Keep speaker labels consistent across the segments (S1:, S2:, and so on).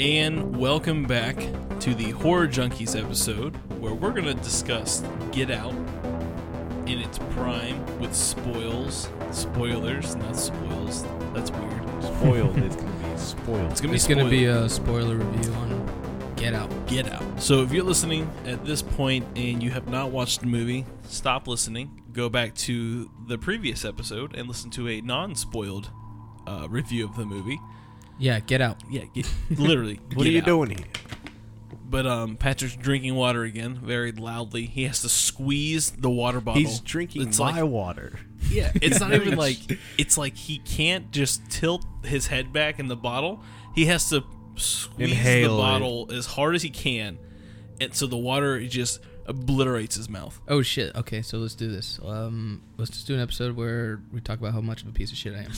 S1: and welcome back to the Horror Junkies episode where we're going to discuss Get Out in its prime with spoils. Spoilers, not spoils. That's weird.
S2: Spoiled. It's gonna be spoiled.
S1: It's going to be
S3: It's
S1: spoiled.
S3: gonna be a spoiler review on Get Out.
S1: Get Out. So if you're listening at this point and you have not watched the movie, stop listening. Go back to the previous episode and listen to a non spoiled uh, review of the movie.
S3: Yeah, Get Out.
S1: Yeah, get, literally.
S2: What
S1: get
S2: are you
S1: out.
S2: doing here?
S1: But um, Patrick's drinking water again, very loudly. He has to squeeze the water bottle.
S2: He's drinking
S1: It's
S2: my
S1: like,
S2: water.
S1: yeah. It's not even like it's like he can't just tilt his head back in the bottle. He has to squeeze
S2: Inhale
S1: the
S2: it.
S1: bottle as hard as he can, and so the water just obliterates his mouth.
S3: Oh shit. Okay, so let's do this. Um, let's just do an episode where we talk about how much of a piece of shit I am.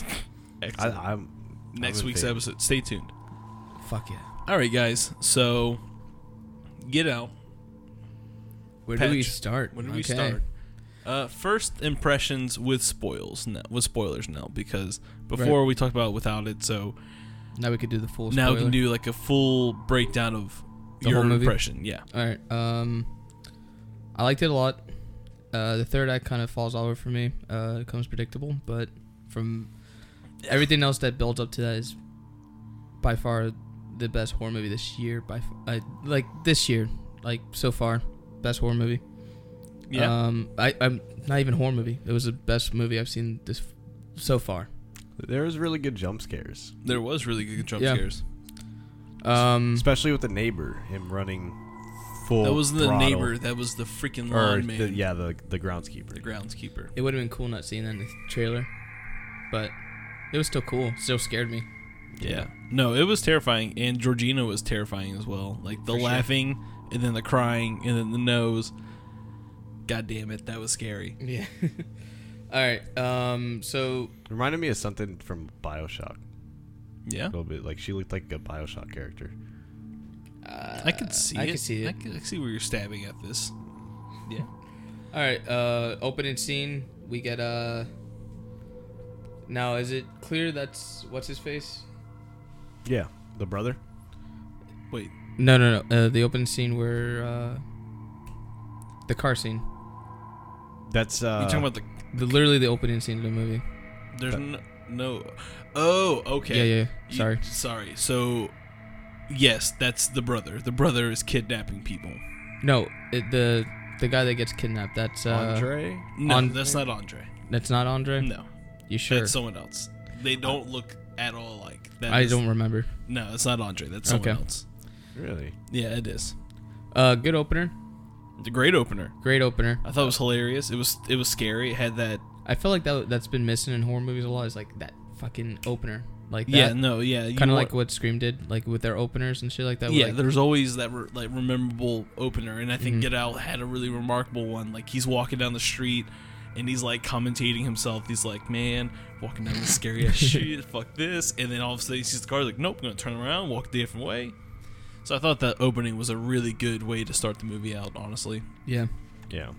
S2: I,
S1: Excellent.
S2: I'm
S1: Next
S2: I'm in
S1: week's
S2: favor.
S1: episode. Stay tuned.
S3: Fuck yeah.
S1: All right, guys. So get out.
S3: Where do we
S1: Patch,
S3: start?
S1: When did we start? Uh, first impressions with spoils now, with spoilers now because before we talked about without it, so
S3: Now we could do the full.
S1: now we
S3: spoiler.
S1: can do like a full breakdown of
S3: The
S1: your
S3: whole movie?
S1: impression. Yeah,
S3: All right. Um, I liked it a lot. Uh, the third act kind of falls all over for me. Uh, it comes predictable, but from everything else that builds up to that is by far the best horror movie this year. By f- I, like this year, like so far, best horror movie.
S1: yeah.
S3: Um, I, I'm not even horror movie. It was the best movie I've seen this so far.
S2: There was really good jump scares,
S1: there was really good jump
S3: yeah.
S1: scares.
S3: Um,
S2: especially with the neighbor, him running full.
S1: That was the
S2: throttle.
S1: neighbor. That was the freaking
S2: or
S1: lawn man.
S2: the, yeah, the the
S1: the
S2: groundskeeper.
S1: groundskeeper.
S3: it would have been cool not seeing that in the trailer, but it was still cool. Still scared me.
S1: Yeah. No, it was terrifying, and Georgina was terrifying as well. Like the
S3: For sure.
S1: laughing, and then the crying, and then the nose. God damn it, that was scary.
S3: Yeah. All right. Um. So
S2: Reminded me of something from Bioshock. A
S1: Yeah,
S2: little bit like she looked like a Bioshock character.
S3: uh,
S1: I could see.
S3: I
S1: it.
S3: could see it.
S1: I could I could see where you're stabbing at this. Yeah.
S3: All right. Uh. Opening scene. We get uh. Now is it clear that's what's his face?
S2: Yeah, the brother.
S1: Wait.
S3: No, no, no. Uh, the opening scene where uh. The car scene.
S2: That's uh.
S1: You're talking about the?
S3: The literally the opening scene of the movie.
S1: There's no, no. Oh, okay.
S3: Yeah, yeah.
S1: You-
S3: Sorry.
S1: sorry. So, yes, that's the brother. The brother is kidnapping people.
S3: No, it, the the guy that gets kidnapped. That's uh.
S2: Andre?
S1: No,
S3: On-
S1: that's not Andre.
S3: That's not Andre.
S1: No,
S3: You sure?
S1: that's someone else. They don't look at all like that.
S3: I
S1: is-
S3: don't remember.
S1: No, it's not Andre. That's someone
S3: Okay.
S1: else.
S2: Really?
S1: Yeah, it is.
S3: Uh. Good opener.
S1: The great opener.
S3: Great opener.
S1: I thought it was hilarious. It was it was scary. It had that.
S3: I feel like that that's been missing in horror movies a lot is like that fucking opener. Like that.
S1: yeah, no, yeah. you
S3: kind of
S1: want-
S3: like what Scream did, like with their openers and shit like that.
S1: yeah,
S3: like,
S1: there's always that re- like memorable opener, and I think
S3: Mhm.
S1: Get Out had a really remarkable one. Like he's walking down the street, and he's like commentating himself. He's like, "Man, walking down the scary ass street, fuck this!" And then all of a sudden he sees the car. he's like, "Nope, I'm gonna turn around, walk the different way." So I thought that opening was a really good way to start the movie out. Honestly,
S3: yeah,
S2: Yeah.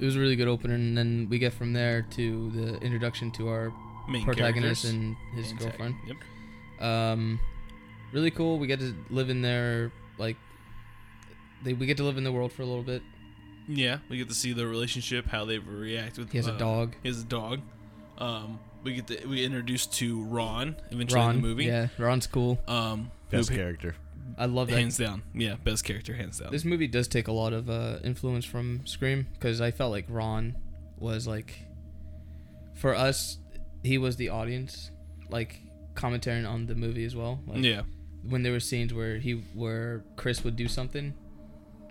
S3: it was a really good opener, and then we get from there to the introduction to our
S1: main characters.
S3: protagonist and his
S1: Main tech.
S3: girlfriend.
S1: Yep.
S3: Um, really cool. We get to live in their like, they, we get to live in the world for a little bit.
S1: Yeah, we get to see their relationship, how they react with.
S3: He has
S1: uh,
S3: a dog.
S1: He has a dog. Um, we get to, we introduced to Ron eventually
S3: Ron,
S1: in the movie.
S3: yeah, Ron's cool.
S1: Um, who
S2: Best
S1: pa-
S2: character.
S3: I love that.
S1: hands down. Yeah, best character, hands down.
S3: This movie does take a lot of uh, influence from Scream because I felt like Ron was like, for us, he was the audience, like commentating on the movie as well. Like,
S1: yeah,
S3: When there were scenes where he where Chris would do something,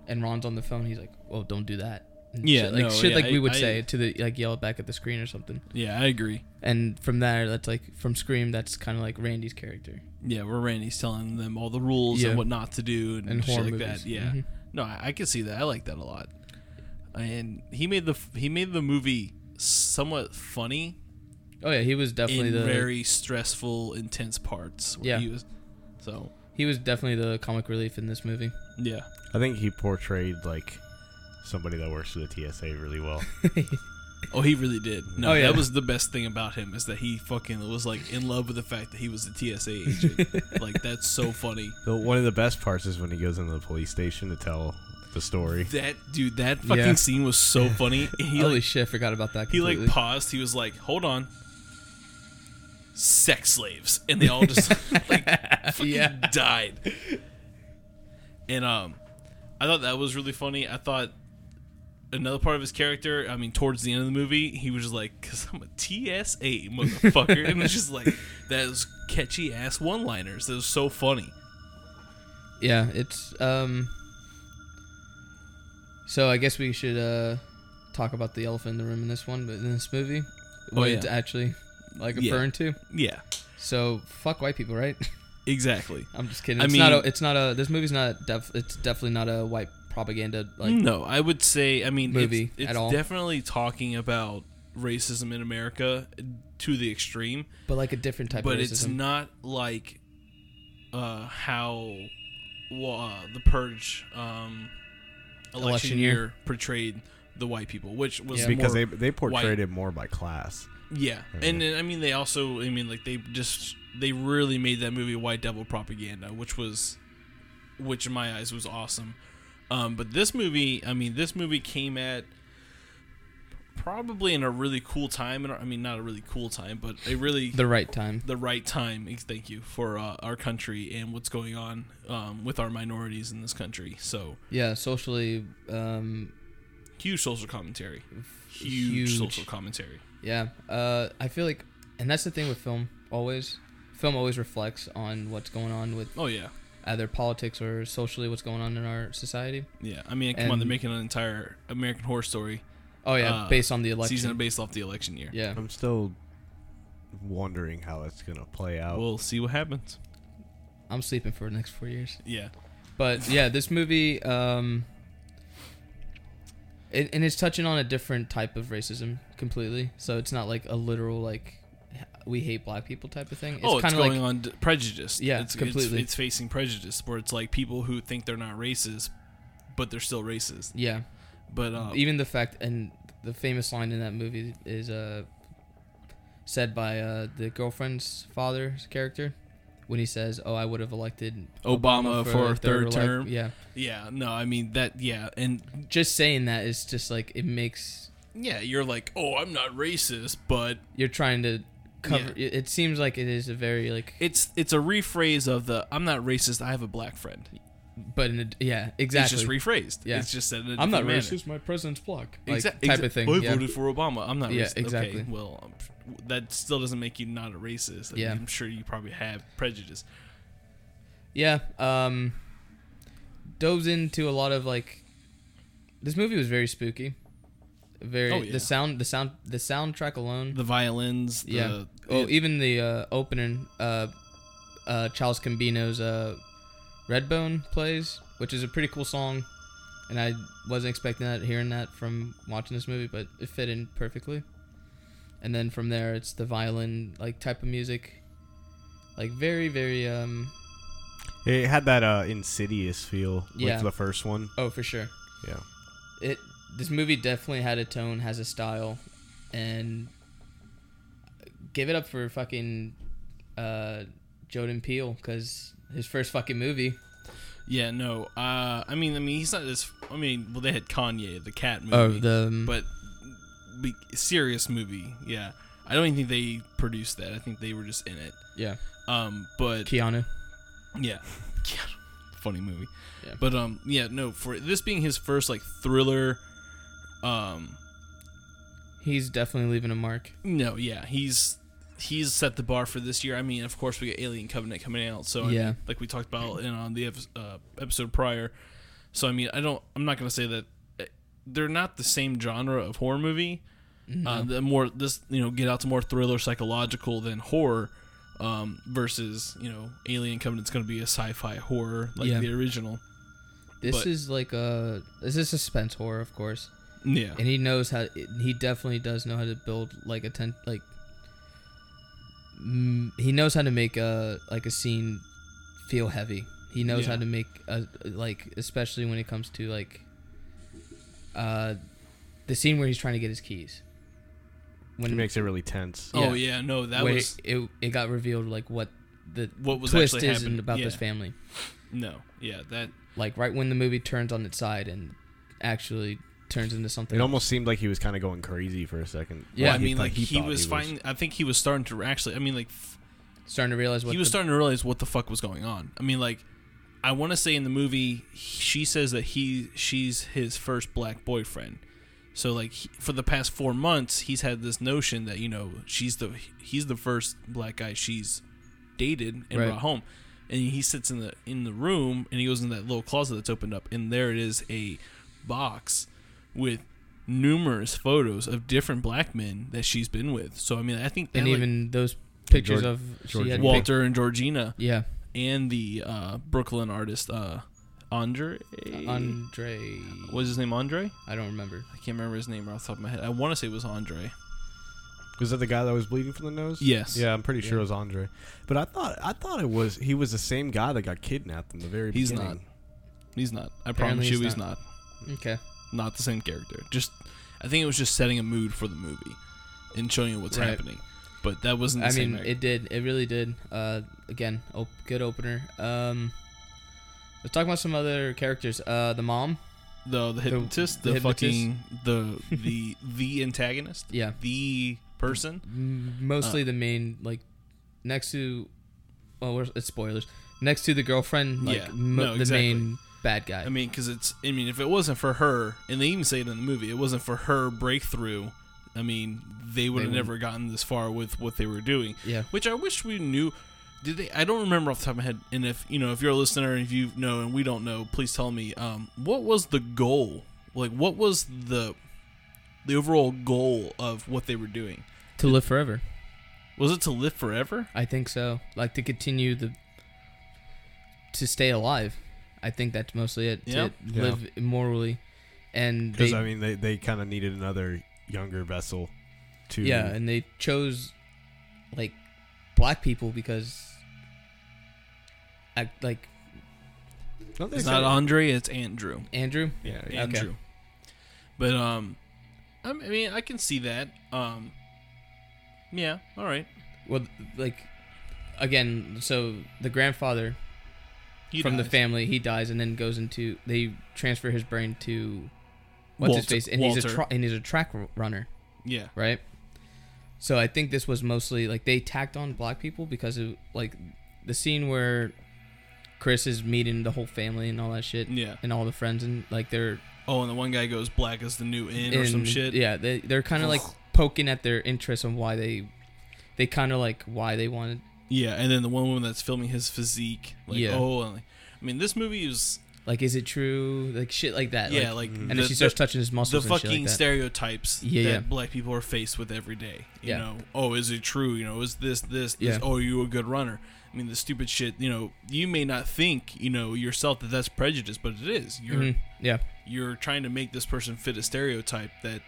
S3: and Ron's on the phone, he's like, "Oh, don't do that." And
S1: Yeah,
S3: shit, like
S1: no,
S3: shit,
S1: yeah,
S3: like we
S1: I-
S3: would
S1: I-
S3: say to the like yell it back at the screen or something.
S1: yeah, I agree.
S3: And from there, that's like from Scream, that's kind of like Randy's character
S1: Yeah, where Randy's telling them all the rules
S3: Yeah.
S1: and what not to do and,
S3: in
S1: shit
S3: horror
S1: like
S3: movies.
S1: that. Yeah,
S3: Mhm.
S1: no, I, I can see that. I like that a lot. And he made the f- he made the movie somewhat funny
S3: Oh yeah, he was definitely
S1: in
S3: the
S1: very stressful, intense parts. Where
S3: Yeah.
S1: he was, so
S3: he was definitely the comic relief in this movie.
S1: yeah,
S2: I think he portrayed like somebody that works for the TSA really well.
S1: Oh, he really did. No,
S3: Oh, yeah.
S1: that was the best thing about him is that he fucking was like in love with the fact that he was a TSA agent. like that's so funny.
S2: The, one of the best parts is when he goes into the police station to tell the story.
S1: That dude, that fucking
S3: Yeah.
S1: scene was so funny. And He
S3: Holy
S1: like,
S3: shit, I forgot about that.
S1: he
S3: Completely.
S1: like paused. He was like, "Hold on." Sex slaves, and they all just like fucking
S3: Yeah.
S1: died. And um, I thought that was really funny. I thought another part of his character. I mean, towards the end of the movie, he was just like, "Cause I'm a TSA motherfucker," and it's just like that was catchy ass one liners. That was so funny.
S3: Yeah, it's um. So I guess we should uh talk about the elephant in the room in this one, but in this movie,
S1: Oh,
S3: what it's
S1: yeah.
S3: actually like
S1: Yeah.
S3: referring to.
S1: Yeah,
S3: So fuck white people, right?
S1: exactly.
S3: I'm just kidding.
S1: I
S3: It's not. A,
S1: mean-
S3: it's not a. This movie's not. Def, it's definitely not a white propaganda. Like
S1: no, I would say I mean it's-
S3: movie
S1: it's,
S3: at all.
S1: definitely talking about racism in America to the extreme,
S3: but like a different type
S1: but
S3: of racism.
S1: it's not like uh, how well, uh, the purge um, election,
S3: Election
S1: year.
S3: year.
S1: portrayed the white people, which was
S3: Yeah.
S2: Because
S1: more-
S2: they they portrayed it more by class.
S1: yeah, and then, I mean they also I mean like they just they really made that movie White Devil propaganda, which was, which in my eyes was awesome. Um, but this movie, I mean, this movie came at probably in a really cool time, and I mean not a really cool time, but a really
S3: the right time.
S1: the right time. ex- Thank you for uh, our country and what's going on um, with our minorities in this country. So
S3: Yeah, socially. Um,
S1: huge social commentary, huge,
S3: Huge.
S1: social commentary.
S3: yeah. Uh, I feel like, and that's the thing with film. Always, film always reflects on what's going on with
S1: Oh yeah,
S3: either politics or socially what's going on in our society.
S1: yeah. I mean, come on,
S3: And-
S1: they're making an entire American Horror Story
S3: Oh yeah,
S1: Uh,
S3: based on the election.
S1: season based off the election year.
S3: yeah,
S2: I'm still wondering how that's gonna play
S3: Oh.
S2: out.
S1: We'll see what happens.
S3: I'm sleeping for the next four years.
S1: Yeah,
S3: But yeah, this movie, um, it, and it's touching on a different type of racism completely. So it's not like a literal like h- we hate black people type of thing. It's
S1: oh, it's
S3: kind of
S1: going
S3: like
S1: on d- prejudice.
S3: Yeah,
S1: it's,
S3: completely.
S1: It's, it's facing prejudice, where it's like people who think they're not racist, but they're still racist.
S3: yeah,
S1: But um,
S3: even the fact and the famous line in that movie is uh said by uh the girlfriend's father's character when he says, "Oh, I would have elected
S1: Obama, for a
S3: a
S1: third
S3: elec-"
S1: term.
S3: Yeah,
S1: yeah, no, I mean that. Yeah, and
S3: just saying that is just like it makes
S1: yeah, you're like, oh, I'm not racist, but
S3: you're trying to cover. It, it seems like it is a very like,
S1: it's it's a rephrase of the I'm not racist. I have a black friend.
S3: but in a, yeah, exactly.
S1: It's just rephrased.
S3: Yeah.
S1: It's just said in a
S3: I'm not
S1: different manner.
S3: racist. My president's black. Like,
S1: Exac-
S3: type
S1: exa-
S3: of thing.
S1: I
S3: yeah.
S1: voted for Obama. I'm not
S3: Yeah,
S1: racist.
S3: exactly.
S1: Okay, well, I'm f- that still doesn't make you not a racist. I
S3: Yeah.
S1: mean, I'm sure you probably have prejudice.
S3: Yeah. Um, doves into a lot of like. This movie was very spooky. Very
S1: Oh, yeah.
S3: the sound the sound the soundtrack alone.
S1: The violins. The,
S3: Mm-hmm. yeah.
S1: Oh,
S3: oh, even the uh, opening. Uh, uh, Charles Gambino's uh, Redbone plays, which is a pretty cool song, and I wasn't expecting that hearing that from watching this movie, but it fit in perfectly. And then from there, it's the violin like type of music, like very very um
S2: It had that uh, insidious feel
S3: Yeah.
S2: with the first one.
S3: oh for sure.
S2: Yeah.
S3: it this movie definitely had a tone, has a style, and give it up for fucking uh, Jordan Peele because his first fucking movie.
S1: yeah. No. Uh, I mean, I mean, he's not this. I mean, well, they had Kanye, the cat movie.
S3: Oh, the um,
S1: but be, serious movie. Yeah. I don't even think they produced that. I think they were just in it.
S3: yeah
S1: Um, but
S3: Keanu.
S1: Yeah. Funny movie.
S3: Yeah.
S1: But um yeah, no, for this being his first like thriller um
S3: He's definitely leaving a mark.
S1: no, yeah, he's he's set the bar for this year. I mean, of course we got Alien Covenant coming out, so I mean,
S3: Yeah.
S1: like we talked about in on the epi- uh, episode prior. So I mean, I don't I'm not going to say that eh, they're not the same genre of horror movie.
S3: Mm-hmm.
S1: Uh, the more this you know get out to more thriller psychological than horror um, versus you know Alien Covenant's going to be a sci-fi horror like
S3: Yeah.
S1: the original.
S3: This
S1: but-
S3: is like a this is suspense horror, of course,
S1: Yeah.
S3: and he knows how. He definitely does know how to build like a ten like. Mm, he knows how to make a like a scene feel heavy. He knows
S1: Yeah.
S3: how to make a like especially when it comes to like uh the scene where he's trying to get his keys. when
S2: It makes it really tense.
S3: Yeah.
S1: Oh yeah, no, that
S3: when
S1: was
S3: it, it it got revealed like what the
S1: what was
S3: twist
S1: actually
S3: is
S1: happening
S3: and about
S1: yeah.
S3: this family.
S1: No, yeah, that
S3: Like right when the movie turns on its side and actually turns into something.
S2: It almost seemed like he was kind of going crazy for a second.
S3: Yeah,
S1: Well, I
S2: he
S1: mean,
S2: thought-
S1: like he,
S2: thought
S1: was finding. I think he was starting to actually. I mean, like f-
S3: starting to realize what
S1: he was
S3: the-
S1: starting to realize what the fuck was going on. I mean, like I want to say in the movie, he- she says that he she's his first black boyfriend. So like he, for the past four months, he's had this notion that you know she's the he's the first black guy she's dated and
S3: Right.
S1: brought home. And he sits in the in the room and he goes in that little closet that's opened up, and there it is a box with numerous photos of different black men that she's been with. So I mean, I think that,
S3: and
S1: like,
S3: even those pictures
S2: George-
S3: of she
S2: George
S3: had pic-
S1: Walter and Georgina
S3: yeah,
S1: and the uh, Brooklyn artist uh, Andre.
S3: Andre.
S1: what was his name? Andre?
S3: I don't remember.
S1: I can't remember his name off the top of my head. I want to say it was Andre.
S2: Was that the guy that was bleeding from the nose?
S1: Yes.
S2: Yeah, I'm pretty sure
S3: Yeah.
S2: it was Andre. But I thought I thought it was he was the same guy that got kidnapped in the very
S1: He's
S2: beginning.
S1: not. He's not. I
S3: Apparently
S1: promise you,
S3: he's
S1: he's not.
S3: Okay,
S1: Not the same character. Just, I think it was just setting a mood for the movie and showing you what's
S3: Right.
S1: happening. But that wasn't. The
S3: I
S1: same
S3: mean
S1: act-
S3: it did. It really did. Uh, again, op- good opener. Um, let's talk about some other characters. Uh, the mom.
S1: the the hypnotist,
S3: the
S1: the,
S3: hypnotist.
S1: fucking the the the antagonist,
S3: Yeah,
S1: the person.
S3: M- mostly
S1: Uh.
S3: the main like next to. Well, we're, it's spoilers. Next to the girlfriend, like
S1: Yeah,
S3: m-
S1: no,
S3: the
S1: exactly.
S3: main bad guy.
S1: I mean, because it's. I mean, if it wasn't for her, and they even say it in the movie, it wasn't for her breakthrough. I mean, they would have
S3: wouldn't-
S1: never gotten this far with what they were doing.
S3: yeah,
S1: Which I wish we knew. Did they? I don't remember off the top of my head. And if you know, if you're a listener and if you know and we don't know, please tell me. Um, what was the goal? Like, what was the the overall goal of what they were doing?
S3: to live forever.
S1: Was it to live forever?
S3: I think so. Like to continue the to stay alive. I think that's mostly it.
S1: Yeah.
S3: To live immorally, and
S2: Because
S3: they,
S2: I mean they, they kind of needed another younger vessel to
S3: yeah, and they chose like black people because I, like
S2: Don't they
S1: It's
S2: say-
S1: not Andre. It's Andrew.
S3: Andrew.
S2: Yeah, yeah.
S3: Okay.
S1: Andrew. But um, I m- I mean, I can see that. Um, yeah, all right.
S3: Well, like again, so the grandfather
S1: He
S3: from the
S1: dies.
S3: family he dies and then goes into they transfer his brain to what's his
S1: Walter-
S3: face and he's a
S1: Walter.
S3: tra- and he's a track r- runner.
S1: yeah,
S3: right? So I think this was mostly like they tacked on black people because of like the scene where Chris is meeting the whole family and all that shit
S1: yeah.
S3: and all the friends and like they're
S1: Oh, and the one guy goes black as the new in or some
S3: in-
S1: shit.
S3: Yeah, they they're kind of like poking at their interest and why they they kind of like why they wanted.
S1: yeah. And then the one woman that's filming his physique, like
S3: Yeah.
S1: oh, and like, I mean, this movie is
S3: Like, is it true? Like shit, like that.
S1: yeah,
S3: like, mm-hmm.
S1: like,
S2: and
S3: and
S1: the,
S3: then she starts
S1: the-
S3: touching his
S1: the
S3: muscles. and shit
S1: fucking
S3: like that.
S1: stereotypes
S3: Yeah,
S1: that
S3: yeah.
S1: black people are faced with every day. You
S3: Yeah.
S1: know, oh, is it true? You know, is this this? this?
S3: Yeah.
S1: Oh, are you a good runner? I mean, the stupid shit. You know, you may not think you know yourself that that's prejudice, but it is. You're
S3: Mhm, Yeah,
S1: you're trying to make this person fit a stereotype that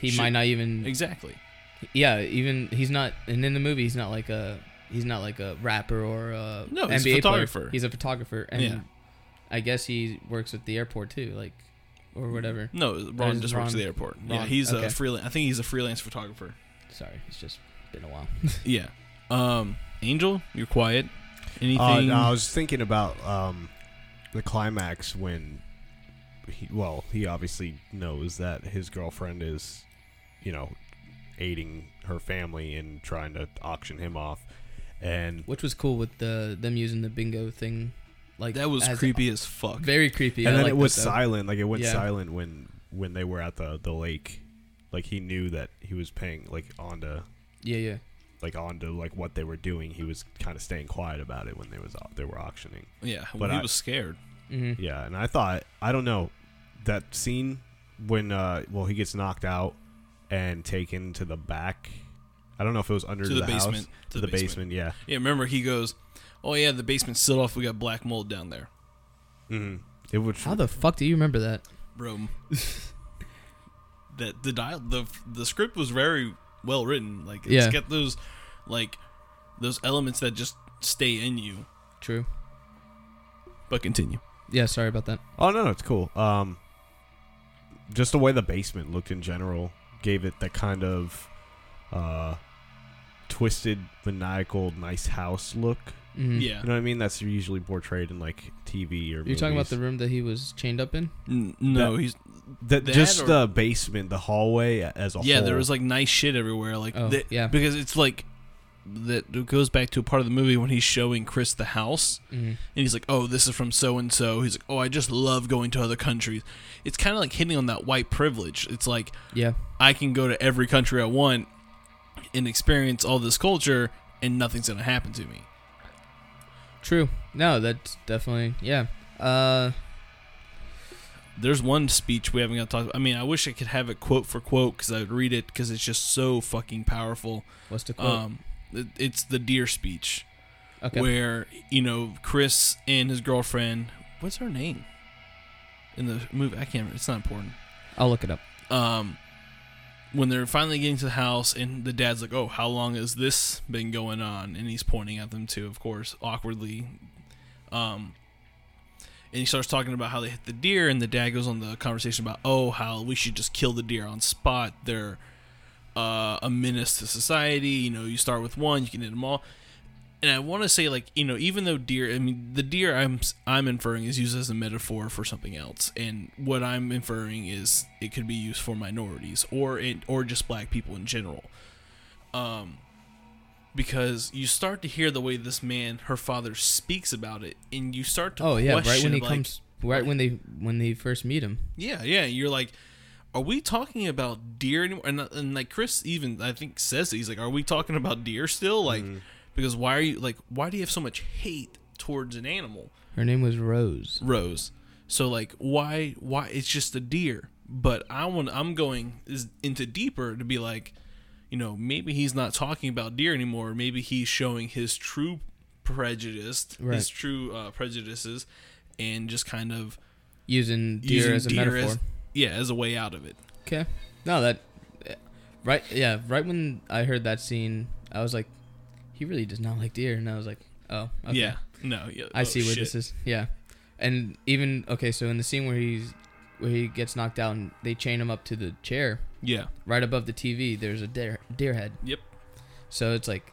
S3: he
S1: Shit.
S3: might not even
S1: exactly
S3: Yeah, even he's not, and in the movie he's not like a he's not like a rapper or a
S1: No,
S3: NBA
S1: he's a
S3: player.
S1: photographer.
S3: He's a photographer, and
S1: Yeah.
S3: I guess he works at the airport too, like or whatever.
S1: no ron
S3: is
S1: just works at
S3: Ron-
S1: the airport yeah
S3: Ron,
S1: he's
S3: okay.
S1: a freelance i think he's a freelance photographer
S3: Sorry, it's just been a while.
S1: yeah um angel you're quiet anything
S2: Uh, no, I was thinking about um, the climax when, he, well, he obviously knows that his girlfriend is, you know, aiding her family and trying to auction him off, and
S3: Which was cool with the them using the bingo thing, like
S1: that was
S3: as-
S1: creepy as fuck
S3: very creepy. I
S2: and then
S3: like
S2: it was
S3: that, though.
S2: silent. Like it went
S3: Yeah.
S2: silent when when they were at the the lake. Like he knew that he was paying like onto
S3: Yeah, yeah,
S2: like onto like what they were doing. He was kind of staying quiet about it when they was au- they were auctioning.
S1: yeah
S2: But
S1: he
S2: I-
S1: was scared
S3: mm-hmm.
S2: Yeah, and I thought I don't know that scene when uh well he gets knocked out and taken to the back. I don't know if it was under
S1: To the
S2: house
S1: basement.
S2: to, the, basement. Yeah,
S1: yeah remember he goes oh yeah the basement's sealed off we got black mold down there
S2: mm-hmm. it would.
S3: How the fuck do you remember that?
S1: bro that the dial the the script was very well written like it's
S3: Yeah.
S1: got those like those elements that just stay in you
S3: True.
S1: but continue
S3: Yeah, sorry about that.
S2: oh no, no, it's cool. Um, just the way the basement looked in general gave it the kind of uh, twisted, maniacal, nice house look.
S3: Mhm.
S1: Yeah.
S2: You know what I mean? That's usually portrayed in like TV or.
S3: You're talking about the room that he was chained up in?
S1: N- no, he's
S2: that,
S1: that
S2: just
S1: or-
S2: the basement, the hallway as a whole.
S1: yeah. There was like nice shit everywhere. Like
S3: Oh,
S1: that-
S3: yeah.
S1: because it's like that it goes back to a part of the movie when he's showing Chris the house
S3: Mm-hmm.
S1: and he's like, "Oh, this is from so and so." He's like, "Oh, I just love going to other countries." It's kind of like hitting on that white privilege. It's like
S3: Yeah.
S1: I can go to every country I want and experience all this culture, and nothing's gonna happen to me.
S3: True. No, that's definitely yeah. Uh,
S1: There's one speech we haven't got to talk. About. I mean, I wish I could have it quote for quote because I'd read it because it's just so fucking powerful.
S3: what's the quote?
S1: Um, it, it's the deer speech
S3: okay.
S1: where you know Chris and his girlfriend. What's her name? In the movie, I can't. remember. It's not important.
S3: I'll look it up.
S1: um, when they're finally getting to the house, and the dad's like, "Oh, how long has this been going on?" And he's pointing at them too, of course, awkwardly. Um, and he starts talking about how they hit the deer, and the dad goes on the conversation about, "Oh, how we should just kill the deer on spot. They're uh, a menace to society. You know, you start with one, you can hit them all." And I want to say, like, you know, even though deer, I mean, the deer I'm I'm inferring is used as a metaphor for something else, and what I'm inferring is it could be used for minorities or it or just black people in general, um, because you start to hear the way this man, her father, speaks about it, and you start to
S3: Oh yeah, right
S1: question,
S3: when he
S1: like,
S3: comes, right when they when they first meet him.
S1: yeah, yeah. You're like, are we talking about deer anymore? And, uh, and like Chris even I think says it. He's like, are we talking about deer still? Like,
S3: Mm-hmm.
S1: because why are you like, why do you have so much hate towards an animal,
S3: Her name was Rose.
S1: Rose? So like, why, why? It's just a deer. But I want, I'm going is into deeper to be like, you know, maybe he's not talking about deer anymore. Maybe he's showing his true prejudice,
S3: Right.
S1: his true uh, prejudices, and just kind of
S3: Using deer
S1: using
S3: as a
S1: deer
S3: metaphor.
S1: as yeah, as a way out of it.
S3: okay. No, that eh, right. Yeah, right when I heard that scene, I was like, he really does not like deer, and I was like, oh, okay.
S1: Yeah. No. Yeah. Oh,
S3: I see where this is. Yeah, and even okay, so in the scene where he's where he gets knocked out and they chain him up to the chair,
S1: Yeah.
S3: right above the TV, there's a deer deer head.
S1: Yep.
S3: So it's like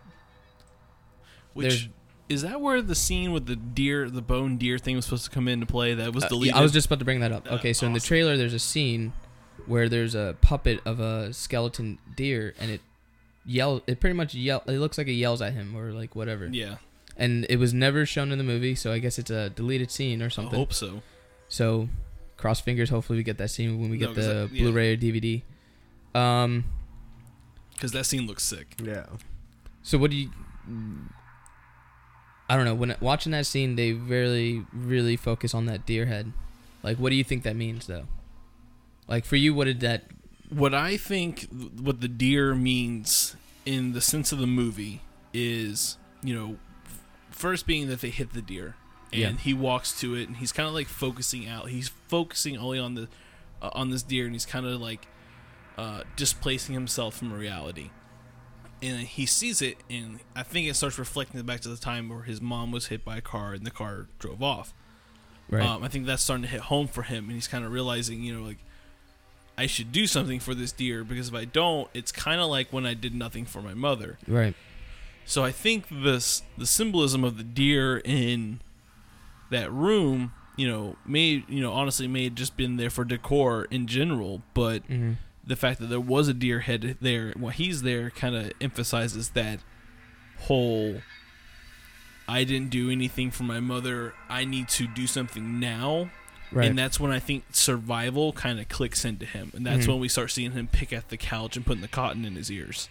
S1: Which
S3: There's-
S1: is that where the scene with the deer, the bone deer thing was supposed to come into play? That was
S3: Uh, yeah,
S1: deleted.
S3: I was just about to bring that up.
S1: Uh,
S3: okay, so in the
S1: awesome.
S3: trailer, there's a scene where there's a puppet of a skeleton deer, and it yell. It pretty much yell. It looks like it yells at him or like whatever.
S1: Yeah.
S3: And it was never shown in the movie, so I guess it's a deleted scene or
S1: I
S3: something.
S1: hope so.
S3: So, cross fingers. Hopefully, we get that scene when we
S1: No,
S3: get
S1: 'cause
S3: the
S1: that- yeah.
S3: Blu-ray or DVD. Um.
S1: Because that scene looks sick.
S2: yeah.
S3: So what do you? I don't know. When watching that scene, they really, really focus on that deer head. Like, what do you think that means, though? Like for you, what did that?
S1: What I think, th- what the deer means in the sense of the movie is, you know, f- first being that they hit the deer and
S3: Yeah.
S1: he walks to it and he's kind of like focusing out. He's focusing only on the uh, on this deer and he's kind of like uh, displacing himself from reality. and he sees it and i think it starts reflecting back to the time where his mom was hit by a car and the car drove off
S3: Right.
S1: um, i think that's starting to hit home for him and he's kind of realizing you know like i should do something for this deer because if i don't it's kind of like when i did nothing for my mother
S3: right.
S1: so i think this the symbolism of the deer in that room you know may you know honestly may have just been there for decor in general but
S3: Mm-hmm.
S1: the fact that there was a deer head there while he's there kind of emphasizes that whole I didn't do anything for my mother. I need to do something now.
S3: Right.
S1: And that's when I think survival kind of clicks into him. And that's
S3: Mhm.
S1: when we start seeing him pick at the couch and putting the cotton in his ears.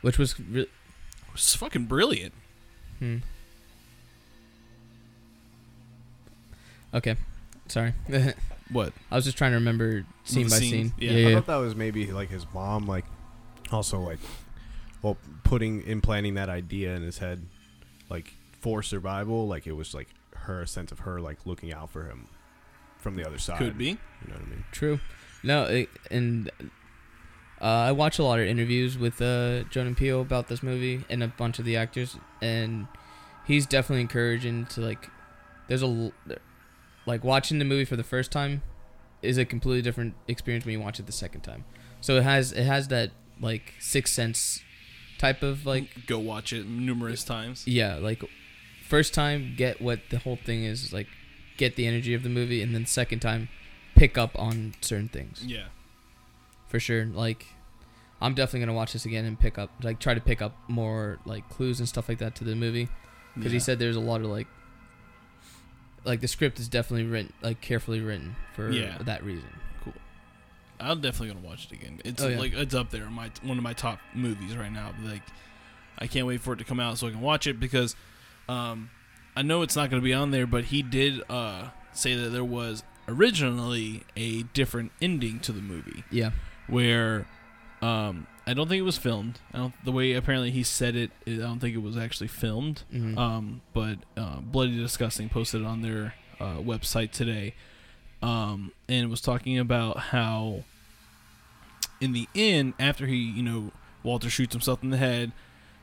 S3: Which was re-
S1: It's fucking brilliant.
S3: hmm. okay. Sorry, I
S1: What?
S3: was just trying to remember scene
S1: the
S3: by
S1: scene,
S3: scene.
S1: yeah.
S3: Yeah. yeah,
S2: I thought that was maybe like his mom, like also like, well, putting implanting that idea in his head, like for survival. Like it was like her sense of her like looking out for him from the other side.
S1: Could be.
S2: You know what I mean?
S3: True. No, it, and uh, I watch a lot of interviews with uh, Jordan Peele about this movie and a bunch of the actors, and he's definitely encouraging to like. There's a l- like watching the movie for the first time is a completely different experience when you watch it the second time. So it has it has that like sixth sense type of like
S1: go watch it numerous times.
S3: yeah, like first time get what the whole thing is like get the energy of the movie and then second time pick up on certain things.
S1: Yeah.
S3: For sure. Like I'm definitely going to watch this again and pick up like try to pick up more like clues and stuff like that to the movie cuz
S1: Yeah.
S3: he said there's a lot of like like the script is definitely written like carefully written for
S1: Yeah.
S3: that reason.
S1: I'm definitely gonna watch it again. It's
S3: Oh, yeah.
S1: like it's up there, in my one of my top movies right now. Like, I can't wait for it to come out so I can watch it because, um, I know it's not gonna be on there, but he did uh say that there was originally a different ending to the movie
S3: Yeah.
S1: where, um, I don't think it was filmed. I don't, the way apparently he said it, I don't think it was actually filmed.
S3: Mhm.
S1: Um, but uh, Bloody Disgusting posted it on their uh, website today, um, and was talking about how in the end, after he, you know, Walter shoots himself in the head,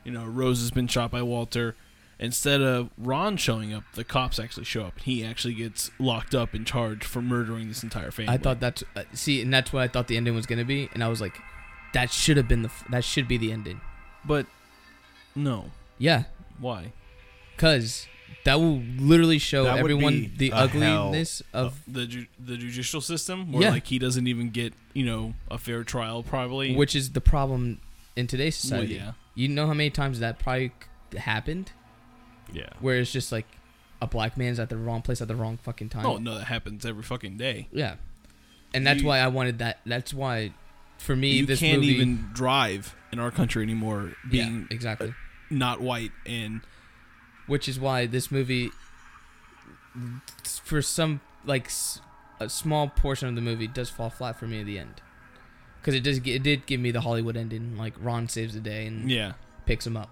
S1: you know, Rose has been shot by Walter. Instead of Ron showing up, the cops actually show up. He actually gets locked up and charged for murdering this entire family.
S3: I thought that's uh, see, and that's what I thought the ending was gonna be, and I was like, that should have been the f- that should be the ending.
S1: but no,
S3: Yeah,
S1: why?
S3: cause that will literally show
S2: That would be
S3: everyone the
S2: a
S3: ugliness
S1: Of
S3: of
S1: Uh, the ju- the judicial system, where
S3: Yeah.
S1: like he doesn't even get you know a fair trial, probably.
S3: which is the problem in today's
S1: well,
S3: society.
S1: yeah,
S3: You know how many times that probably c- happened,
S2: Yeah.
S3: where it's just like a black man's at the wrong place at the wrong fucking time.
S1: Oh no, that happens every fucking day.
S3: Yeah, and that's
S1: You-
S3: why I wanted that. That's why, for me,
S1: you
S3: this
S1: can't
S3: movie.
S1: even drive in our country anymore,
S3: yeah,
S1: being
S3: exactly.
S1: not white and
S3: which is why this movie for some like s- a small portion of the movie does fall flat for me at the end because it does gi- it did give me the hollywood ending like ron saves the day and
S1: yeah,
S3: picks him up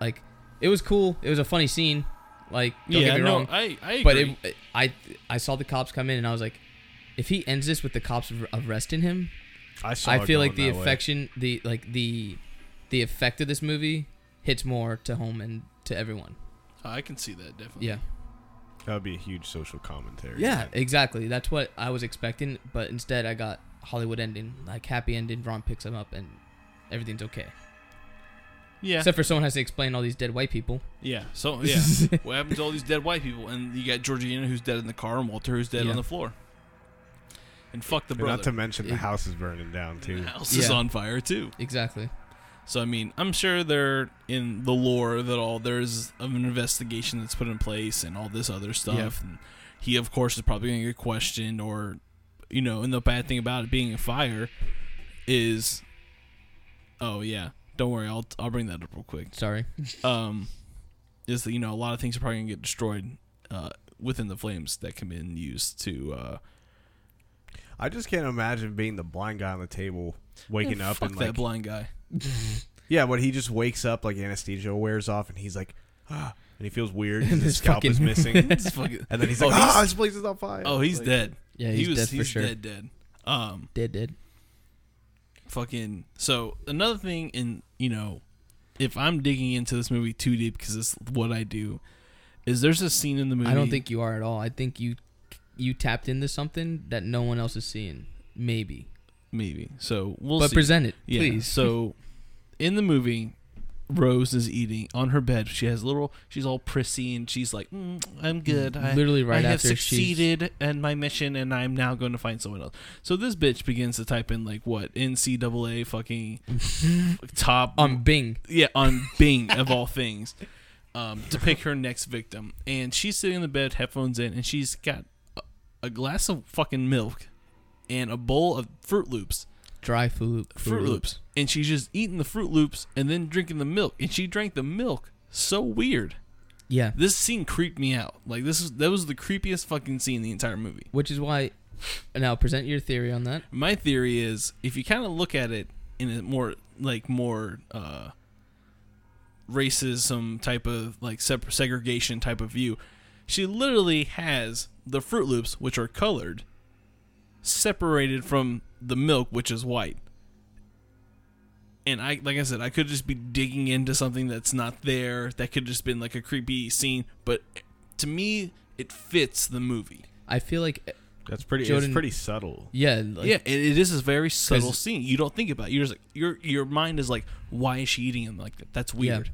S3: like it was cool it was a funny scene like don't
S1: yeah.
S3: get me
S1: no,
S3: wrong
S1: I I agree.
S3: but it, i i saw the cops come in and i was like if he ends this with the cops ar- arresting him
S2: I saw.
S3: i
S2: it
S3: feel like the
S2: going that way.
S3: affection the like the the effect of this movie hits more to home and to everyone
S1: I can see that definitely.
S3: yeah
S2: That would be a huge social commentary.
S3: Yeah, exactly. That's what I was expecting, but instead I got Hollywood ending, like happy ending. Ron picks him up, and everything's okay.
S1: yeah,
S3: Except for someone has to explain all these dead white people.
S1: yeah. So yeah, what happens to all these dead white people? And you got Georgiana who's dead in the car, and Walter who's dead
S3: Yeah.
S1: on the floor. And fuck the
S2: And
S1: brother.
S2: Not to mention the
S3: It-
S2: house is burning down
S1: the
S2: too.
S1: house is
S3: Yeah.
S1: on fire too.
S3: exactly.
S1: So I mean, I'm sure they're in the lore that all there's of an investigation that's put in place and all this other stuff. And he, of course, is probably going to get questioned, or you know, and the bad thing about it being a fire is, oh yeah, don't worry, I'll I'll bring that up real quick.
S3: Sorry.
S1: Um, is that you know a lot of things are probably going to get destroyed uh, within the flames that can be used to. Uh,
S2: I just can't imagine being the blind guy on the table, waking up
S1: fuck
S2: and
S1: that
S2: like,
S1: blind guy.
S2: yeah, but he just wakes up like anesthesia wears off, and he's like, ah, and he feels weird, and his
S3: This
S2: scalp is
S3: fucking-
S2: missing,
S1: It's fucking-
S2: and then he's
S1: Oh,
S2: like,
S1: he's-
S2: ah, this place is on fire.
S1: oh, he's
S2: Like,
S1: dead.
S3: Yeah, he's
S1: he was
S3: dead for
S1: he's
S3: sure.
S1: dead dead. Um.
S3: Dead, dead.
S1: fucking so another thing in you know if i'm digging into this movie too deep because it's what i do is there's a scene in the movie
S3: I don't think you are at all. I think you you tapped into something that no one else is seeing. Maybe.
S1: maybe so we'll
S3: but
S1: see
S3: present it,
S1: yeah
S3: please.
S1: so in the movie rose is eating on her bed she has little she's all prissy and she's like mm, i'm good I,
S3: Literally right
S1: I have
S3: after she's-
S1: succeeded in my mission and i'm now going to find someone else so this bitch begins to type in like what ncaa fucking top
S3: On Um, Bing.
S1: yeah, on Bing of all things, um, to pick her next victim. And she's sitting in the bed, headphones in, and she's got a, a glass of fucking milk and a bowl of Fruit Loops.
S3: Dry food.
S1: Fruit Loops. And she's just eating the Fruit Loops and then drinking the milk. And she drank the milk. So weird.
S3: Yeah.
S1: This scene creeped me out. Like this is that was the creepiest fucking scene in the entire movie.
S3: Which is why. Now present your theory on that.
S1: my theory is if you kind of look at it in a more like more uh racism type of like sep- segregation type of view she literally has the fruit loops which are colored separated from the milk which is white and i like i said i could just be digging into something that's not there that could just been like eh, a creepy scene but to me it fits the movie
S3: I feel like
S2: That's pretty.
S3: Jordan-
S2: it's pretty subtle.
S3: Yeah, like,
S1: yeah, it, it is a very subtle
S3: 'Cause-
S1: scene. You don't think about. It. You're just like your your mind is like, why is she eating him like that? That's
S3: Yeah.
S1: weird.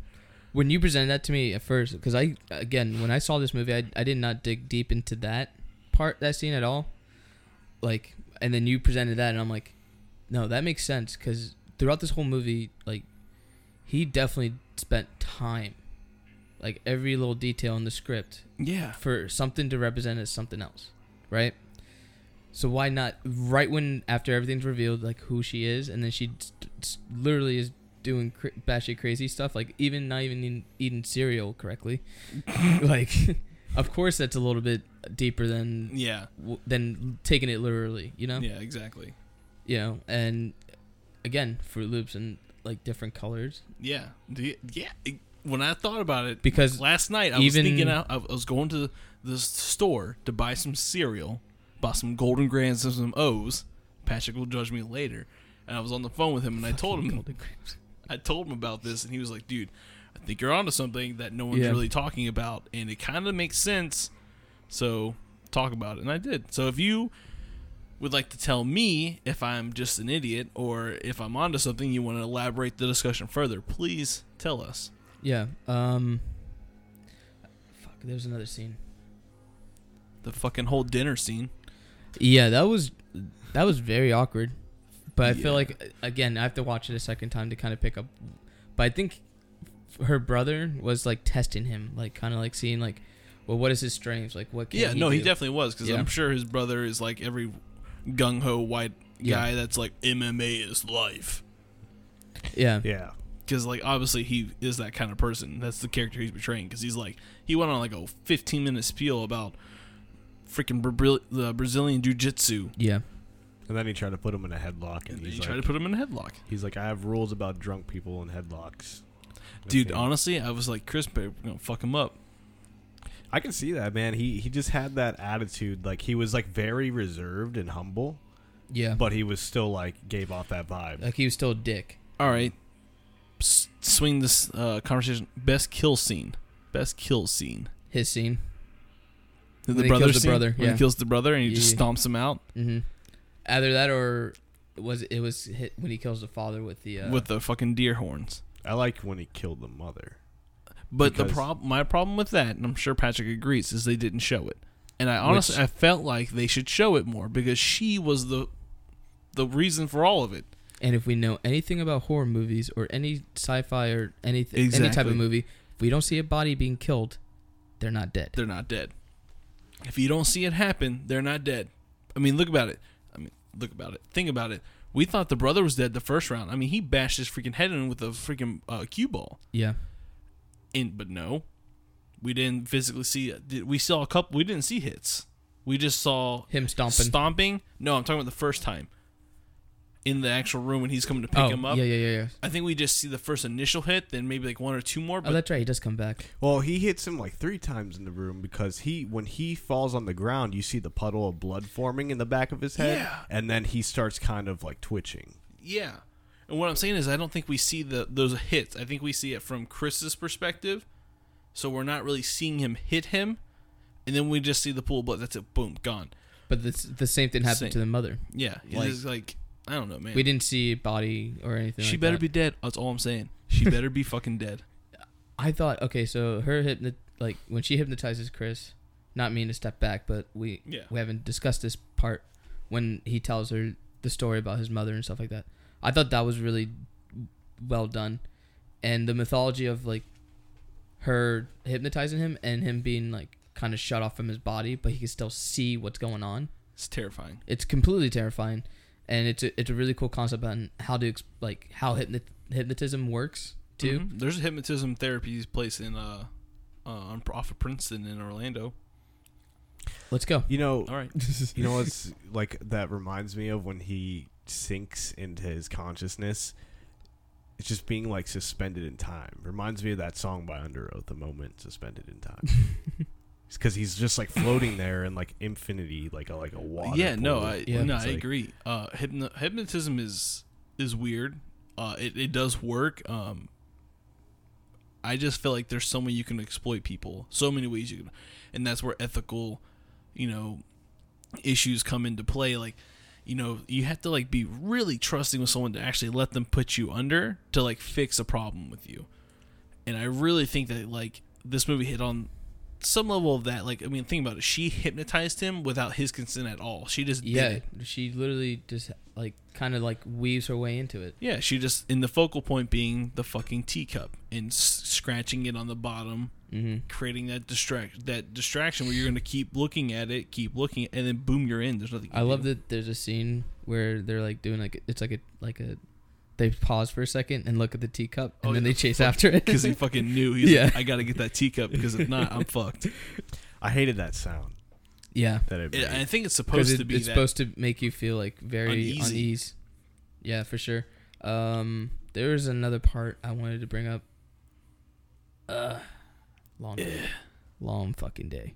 S3: When you presented that to me at first, because I again when I saw this movie, I, I did not dig deep into that part that scene at all. Like, and then you presented that, and I'm like, no, that makes sense because throughout this whole movie, like, he definitely spent time, like every little detail in the script
S1: Yeah,
S3: for something to represent as something else, right? So why not right when after everything's revealed, like who she is, and then she st- st- literally is doing cr- batshit crazy stuff, like even not even in- eating cereal correctly. like, of course that's a little bit deeper than
S1: yeah,
S3: w- than taking it literally, you know?
S1: yeah. Exactly.
S3: You know, and again, Fruit Loops and like different colors
S1: Yeah, The- yeah. It- When I thought about it,
S3: because
S1: last night I
S3: Even-
S1: was thinking out, I was going to the store to buy some cereal, bought some Golden Grands and some O's. Patrick will judge me later. And I was on the phone with him, and I told
S3: Fucking
S1: him,
S3: Golden Grapes.
S1: I told him about this, and he was like, "Dude, I think you're onto something that no one's
S3: Yeah.
S1: really talking about, and it kind of makes sense." So talk about it, and I did. So if you would like to tell me if I'm just an idiot or if I'm onto something, you want to elaborate the discussion further, please tell us.
S3: yeah. Um, fuck, there's another scene.
S1: The fucking whole dinner scene.
S3: Yeah, that was that was very awkward. But I
S1: Yeah.
S3: feel like again, I have to watch it a second time to kind of pick up. But I think her brother was like testing him, like kind of like seeing like, well, what is his strengths? Like, what? Can
S1: yeah, no, he
S3: do?
S1: definitely was because
S3: Yeah.
S1: I'm sure his brother is like every gung ho white
S3: Yeah.
S1: guy that's like MMA is life.
S3: Yeah,
S2: Yeah.
S1: because like obviously he is that kind of person that's the character he's portraying because he's like he went on like a 15 minute spiel about freaking Bra- the brazilian jiu-jitsu
S3: yeah,
S2: And then he tried to put him in a headlock, and,
S1: and then
S2: he's
S1: he
S2: like,
S1: tried to put him in a headlock
S2: he's like, I have rules about drunk people and headlocks. And
S1: dude um,
S2: okay.
S1: honestly i was like chris we're gonna fuck him up
S2: I can see that man. He he just had that attitude. Like he was like very reserved and humble,
S3: yeah.
S2: but he was still like gave off that vibe.
S3: like he was still a dick.
S1: all right S- swing this uh, conversation best kill scene best kill scene
S3: His scene.
S1: the
S3: When he
S1: brother
S3: kills the
S1: scene?
S3: brother,
S1: when
S3: yeah.
S1: he kills the brother and he just
S3: Yeah.
S1: stomps him out
S3: Mm-hmm. Either that or was it was hit when he kills the father with the uh,
S1: with the fucking deer horns
S2: I like when he killed the mother.
S1: But the
S2: Because-
S1: problem, my problem with that, and I'm sure Patrick agrees, is they didn't show it. And I honestly,
S3: Which-
S1: I felt like they should show it more because she was the the reason for all of it.
S3: And if we know anything about horror movies or any sci-fi or anything, any type
S1: Exactly.
S3: of movie, if we don't see a body being killed, they're not dead.
S1: They're not dead. If you don't see it happen, they're not dead. I mean, look about it. I mean, look about it. Think about it. We thought the brother was dead the first round. I mean, he bashed his freaking head in with a freaking uh, cue ball.
S3: yeah,
S1: And but no, we didn't physically see. it. Did- We saw a couple. We didn't see hits. We just saw
S3: him stomping.
S1: stomping. No, I'm talking about the first time in the actual room when he's coming to pick
S3: oh,
S1: him up.
S3: yeah, yeah, yeah, yeah.
S1: I think we just see the first initial hit, then maybe like one or two more.
S3: Oh,
S1: But
S3: that's right. He does come back.
S2: Well, he hits him like three times in the room because he, when he falls on the ground, you see the puddle of blood forming in the back of his head,
S1: Yeah.
S2: and then he starts kind of like twitching.
S1: yeah, and what I'm saying is, I don't think we see the those hits. I think we see it from Chris's perspective, so we're not really seeing him hit him, and then we just see the pool of blood. That's it. Boom, gone.
S3: But this, the same thing happened
S1: Same.
S3: to the mother.
S1: Yeah,
S2: Like-
S1: like, like I don't know, man.
S3: We didn't see a body or anything.
S1: she
S3: like
S1: better
S3: that.
S1: be dead. That's all I'm saying. She better be fucking dead.
S3: I thought okay, so her hypnot like when she hypnotizes Chris, not mean to step back, but we
S1: Yeah.
S3: we haven't discussed this part when he tells her the story about his mother and stuff like that. I thought that was really well done, and the mythology of like her hypnotizing him and him being like kind of shut off from his body, but he can still see what's going on.
S1: It's terrifying.
S3: It's completely terrifying, and it's a, it's a really cool concept on how to ex- like how hypnot- hypnotism works too.
S1: Mhm. There's a hypnotism therapy place in uh, uh on off of Princeton in Orlando.
S3: Let's go.
S2: You know,
S1: All right.
S2: you know what's like that reminds me of when he sinks into his consciousness. It's just being like suspended in time. Reminds me of that song by Under Oath, "The Moment Suspended in Time." Because he's just like floating there in like infinity, like a like a water.
S1: yeah, no,
S2: pool.
S1: I
S3: Yeah.
S1: no,
S2: It's
S1: I
S2: like-
S1: agree. Uh, hypno- hypnotism is is weird. Uh, it it does work. Um, I just feel like there's so many you can exploit people, so many ways you can, and that's where ethical, you know, issues come into play like you know you have to like be really trusting with someone to actually let them put you under to like fix a problem with you and i really think that like this movie hit on some level of that like i mean think about it she hypnotized him without his consent at all she just
S3: Yeah,
S1: did it.
S3: she literally just like kind of like weaves her way into it.
S1: yeah she just in the focal point being the fucking teacup and s- scratching it on the bottom
S3: Mm-hmm.
S1: creating that distract that distraction where you're going to keep looking at it keep looking and then boom you're in there's nothing you
S3: I
S1: can
S3: love
S1: do.
S3: that there's a scene where they're like doing like it's like a like a they pause for a second and look at the teacup and
S1: Oh,
S3: then
S1: yeah.
S3: they chase after it.
S1: because he fucking knew. He's
S3: Yeah.
S1: like, I gotta get that teacup because if not, I'm fucked.
S2: I hated that sound
S3: yeah,
S2: that it.
S1: It,
S2: made.
S1: I think it's
S3: because
S1: supposed
S3: it,
S1: to be
S3: it's
S1: that.
S3: supposed to make you feel like very
S1: Uneasy.
S3: unease. Yeah, for sure. Um, there was another part I wanted to bring up. Uh, long day, long fucking day.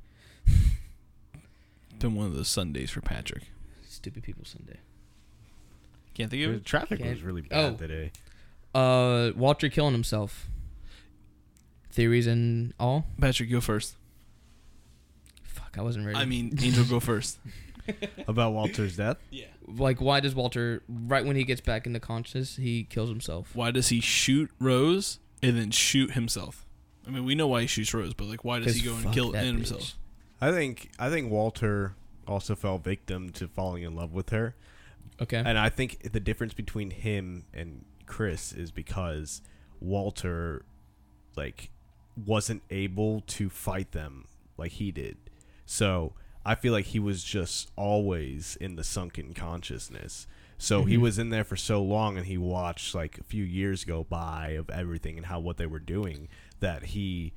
S1: been one of those Sundays for Patrick.
S3: Stupid people Sunday.
S1: Can't think of
S2: The
S1: it.
S2: traffic
S3: Can't-
S2: was really bad
S3: oh.
S2: today.
S3: Uh, Walter killing himself. Theories and all.
S1: Patrick, go first.
S3: Fuck, I wasn't ready.
S1: I mean, Angel, go first.
S2: About Walter's death.
S1: Yeah.
S3: like why does Walter right when he gets back into consciousness he kills himself?
S1: Why does he shoot Rose and then shoot himself? I mean, we know why he shoots Rose, but like, why does he
S3: 'Cause
S1: go and
S3: fuck
S1: kill
S3: that
S1: and
S3: bitch.
S1: himself?
S2: I think I think Walter also fell victim to falling in love with her,
S3: Okay.
S2: and I think the difference between him and Chris is because Walter, like, wasn't able to fight them like he did. So I feel like he was just always in the sunken consciousness. So he was in there for so long, and he watched like a few years go by of everything and how what they were doing that he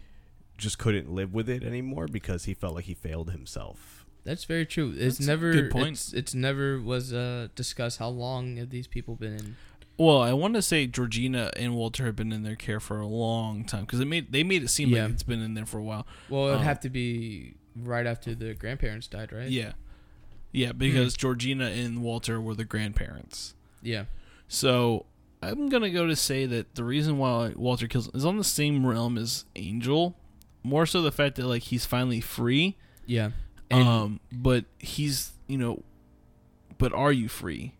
S2: just couldn't live with it anymore because he felt like he failed himself.
S3: That's very true. It's
S1: That's a
S3: never
S1: good point.
S3: It's, it's never was uh discussed how long have these people been in.
S1: Well, I want to say Georgina and Walter have been in their care for a long time because it made they made it seem
S3: Yeah.
S1: like it's been in there for a while.
S3: Well, it'd
S1: Um,
S3: have to be right after the grandparents died, right?
S1: Yeah, yeah,
S3: Mm.
S1: because Georgina and Walter were the grandparents.
S3: Yeah.
S1: So I'm gonna go to say that the reason why Walter kills is on the same realm as Angel, more so the fact that like he's finally free.
S3: Yeah. And
S1: um, but he's you know, but are you free?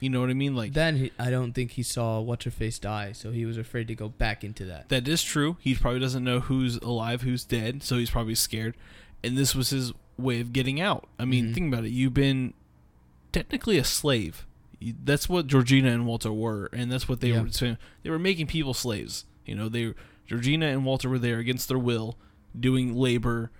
S1: You know what I mean? Like
S3: then he, I don't think he saw what's her face die, so he was afraid to go back into that.
S1: that is true. He probably doesn't know who's alive, who's dead, so he's probably scared. And this was his way of getting out. I mean,
S3: Mhm.
S1: think about it. You've been technically a slave. You, that's what Georgina and Walter were, and that's what they
S3: Yeah.
S1: were saying. They were making people slaves. You know, they Georgina and Walter were there against their will, doing labor,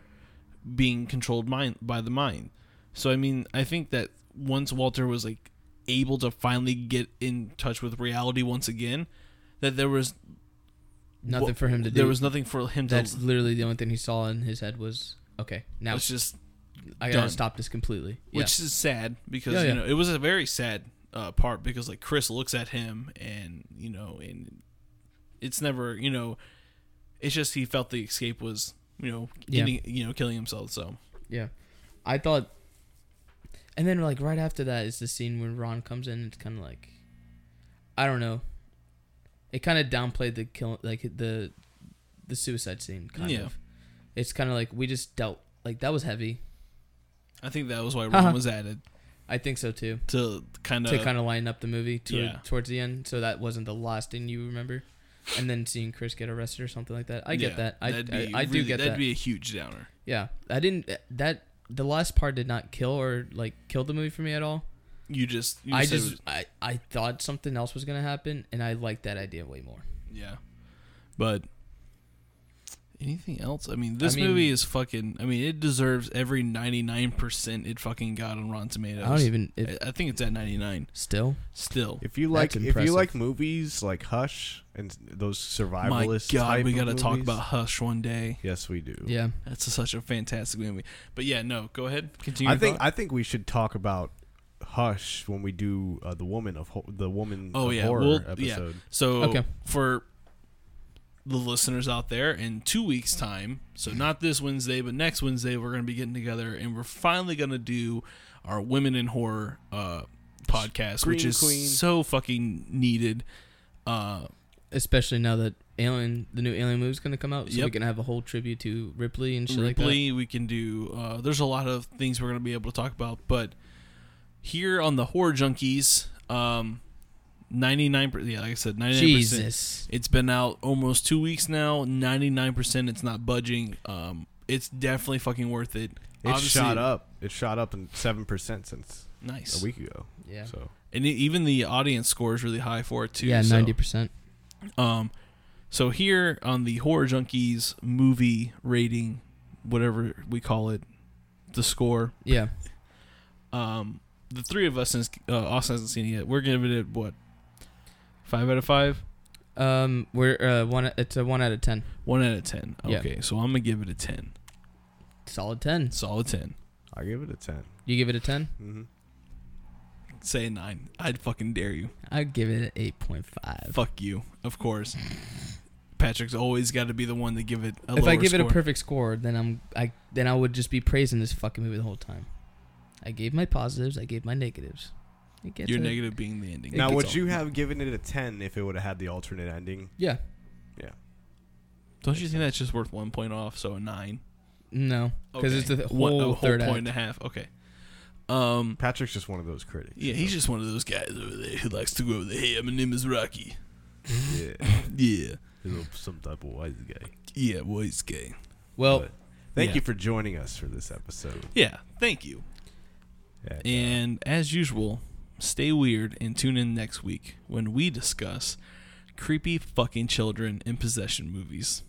S1: being controlled mind by the mind. So I mean, I think that once Walter was like able to finally get in touch with reality once again, that there was
S3: Nothing
S1: what-
S3: for him to do.
S1: There was nothing for him to.
S3: That's literally the only thing he saw in his head was okay. Now
S1: it's just
S3: I gotta
S1: done.
S3: stop this completely. Yeah.
S1: which is sad because
S3: Yeah,
S1: you
S3: yeah.
S1: know it was a very sad uh, part because like Chris looks at him and you know and it's never you know it's just he felt the escape was you know
S3: Yeah.
S1: getting, you know killing himself so
S3: Yeah, I thought, and then like right after that is the scene when Ron comes in. It's kind of like, I don't know. It kind of downplayed the kill, like the the suicide scene. Kind
S1: Yeah.
S3: of. It's kind of like we just dealt like that was heavy.
S1: I think that was why
S3: Haha.
S1: Ron was added
S3: I think so too.
S1: to kind
S3: To
S1: of
S3: kind of line up the movie to,
S1: Yeah.
S3: towards the end, so that wasn't the last thing you remember. And then seeing Chris get arrested or something like that, I get that. I I, I do get
S1: that'd
S3: that.
S1: be a huge downer
S3: yeah, I didn't that the last part did not kill or like kill the movie for me at all.
S1: you just you
S3: I
S1: said it
S3: just
S1: was-
S3: I, I thought something else was gonna happen, and I like that idea way more.
S1: yeah but anything else I mean this
S3: mean-
S1: movie is fucking I mean it deserves every 99% it fucking got on Rotten Tomatoes
S3: I don't even if,
S1: I- I think it's at 99
S3: still.
S1: still.
S2: If you like, if you
S3: impressive.
S2: like movies like Hush and those
S1: My
S2: survivalist.
S1: God,
S2: type
S1: we
S2: of
S1: got to talk
S2: movies-
S1: about Hush one day.
S2: Yes, we do.
S3: Yeah,
S1: That's a- such a fantastic movie. But yeah, no, go ahead. Continue.
S2: I
S1: your
S2: think
S1: thought.
S2: I think we should talk about Hush when we do uh, the woman of ho- the woman
S1: Oh,
S2: of
S1: yeah,
S2: horror
S1: we'll-
S2: episode.
S1: so.
S3: Okay.
S1: For the listeners out there, in two weeks' time, so not this Wednesday, but next Wednesday, we're going to be getting together and we're finally going to do our Women in Horror uh, podcast, which
S2: Scream
S1: is
S2: Queen.
S1: so fucking needed. Uh,
S3: especially now that Alien, the new Alien movie's gonna come out, so we
S1: Yep.
S3: can have a whole tribute to Ripley and shit like
S1: Ripley, we can do. Uh, there's a lot of things we're going to be able to talk about, but here on the horror junkies, um, 99. per- Yeah, like I said,
S3: that.
S1: 99.
S3: Jesus,
S1: It's been out almost two weeks now. 99. percent It's not budging. Um, it's definitely fucking worth it.
S2: It
S1: Obviously-
S2: shot up. It shot up in seven percent since
S1: Nice.
S2: a week ago.
S3: yeah,
S2: So
S1: and e- even the audience score is really high for it too.
S3: yeah,
S1: so-
S3: ninety percent.
S1: Um, so here on the Horror Junkies movie rating, whatever we call it, the score.
S3: Yeah,
S1: Um, the three of us since uh, Austin hasn't seen it yet, we're giving it what five out of five,
S3: um, we're uh one. It's a one out of ten.
S1: one out of ten.
S3: Yeah.
S1: Okay, so I'm gonna give it a ten,
S3: Solid ten.
S1: solid ten.
S2: I give it a 10
S3: You give it a ten.
S2: Mm-hmm.
S1: Say a nine. I'd fucking dare you.
S3: I give it an eight point five.
S1: Fuck you. Of course. Patrick's always got to be the one to give it a
S3: If
S1: lower
S3: I give
S1: score.
S3: it a perfect score, then I'm I then I would just be praising this fucking movie the whole time. I gave my positives. I gave my negatives. It gets
S1: Your
S3: a-
S1: negative being the ending.
S2: Now,
S3: gets
S2: would
S3: all-
S2: you have given it a 10 if it would have had the alternate ending?
S3: Yeah.
S2: Yeah.
S1: Don't you think that's just worth one point off? So a nine.
S3: No, because it's the th-
S1: One-
S3: whole,
S1: a
S3: third
S1: point
S3: act.
S1: and a half. Okay. Um.
S2: Patrick's just one of those critics.
S1: Yeah, he's just one of those guys over there who likes to go over the hey, my name is Rocky.
S2: yeah,
S1: Yeah.
S2: he's a- some type of wise guy.
S1: Yeah, voice gay.
S3: Well,
S2: But thank
S1: yeah.
S2: you for joining us for this episode.
S1: Yeah. Thank you.
S2: And, uh,
S1: And as usual, stay weird and tune in next week when we discuss creepy fucking children in possession movies.